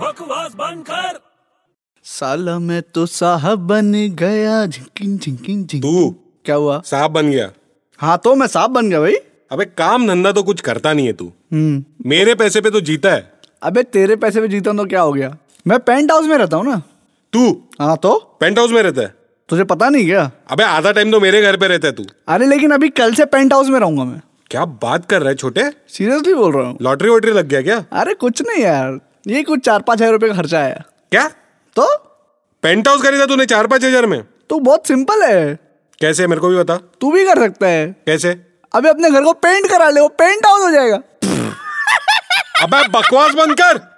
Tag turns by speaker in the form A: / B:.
A: बकवास बंद कर
B: साला मैं तो साहब बन गया झिंकिन झिंकिन झिंकिन
C: तू
B: क्या हुआ
C: साहब बन गया
B: हाँ तो मैं साहब बन गया भाई हम्म।
C: अबे काम धंधा तो कुछ करता नहीं है तू मेरे पैसे पे तो जीता है
B: अबे तेरे पैसे पे जीता हूं तो क्या हो गया मैं पेंट हाउस में रहता हूँ ना
C: तू
B: हाँ तो
C: पेंट हाउस में रहता है
B: तुझे पता नहीं क्या
C: अबे आधा टाइम तो मेरे घर पे रहता है तू
B: अरे लेकिन अभी कल से पेंट हाउस में रहूंगा मैं
C: क्या बात कर रहा है छोटे
B: सीरियसली बोल रहा हूँ
C: लॉटरी वॉटरी लग गया क्या
B: अरे कुछ नहीं यार ये कुछ चार पाँच हजार रुपये का खर्चा आया
C: क्या
B: तो
C: पेंट हाउस खरीदा तूने चार पाँच हजार में
B: तू बहुत सिंपल है
C: कैसे मेरे को भी बता
B: तू भी कर सकता है
C: कैसे
B: अबे अपने घर को पेंट करा ले वो पेंट हाउस हो जाएगा
C: अबे बकवास बंद कर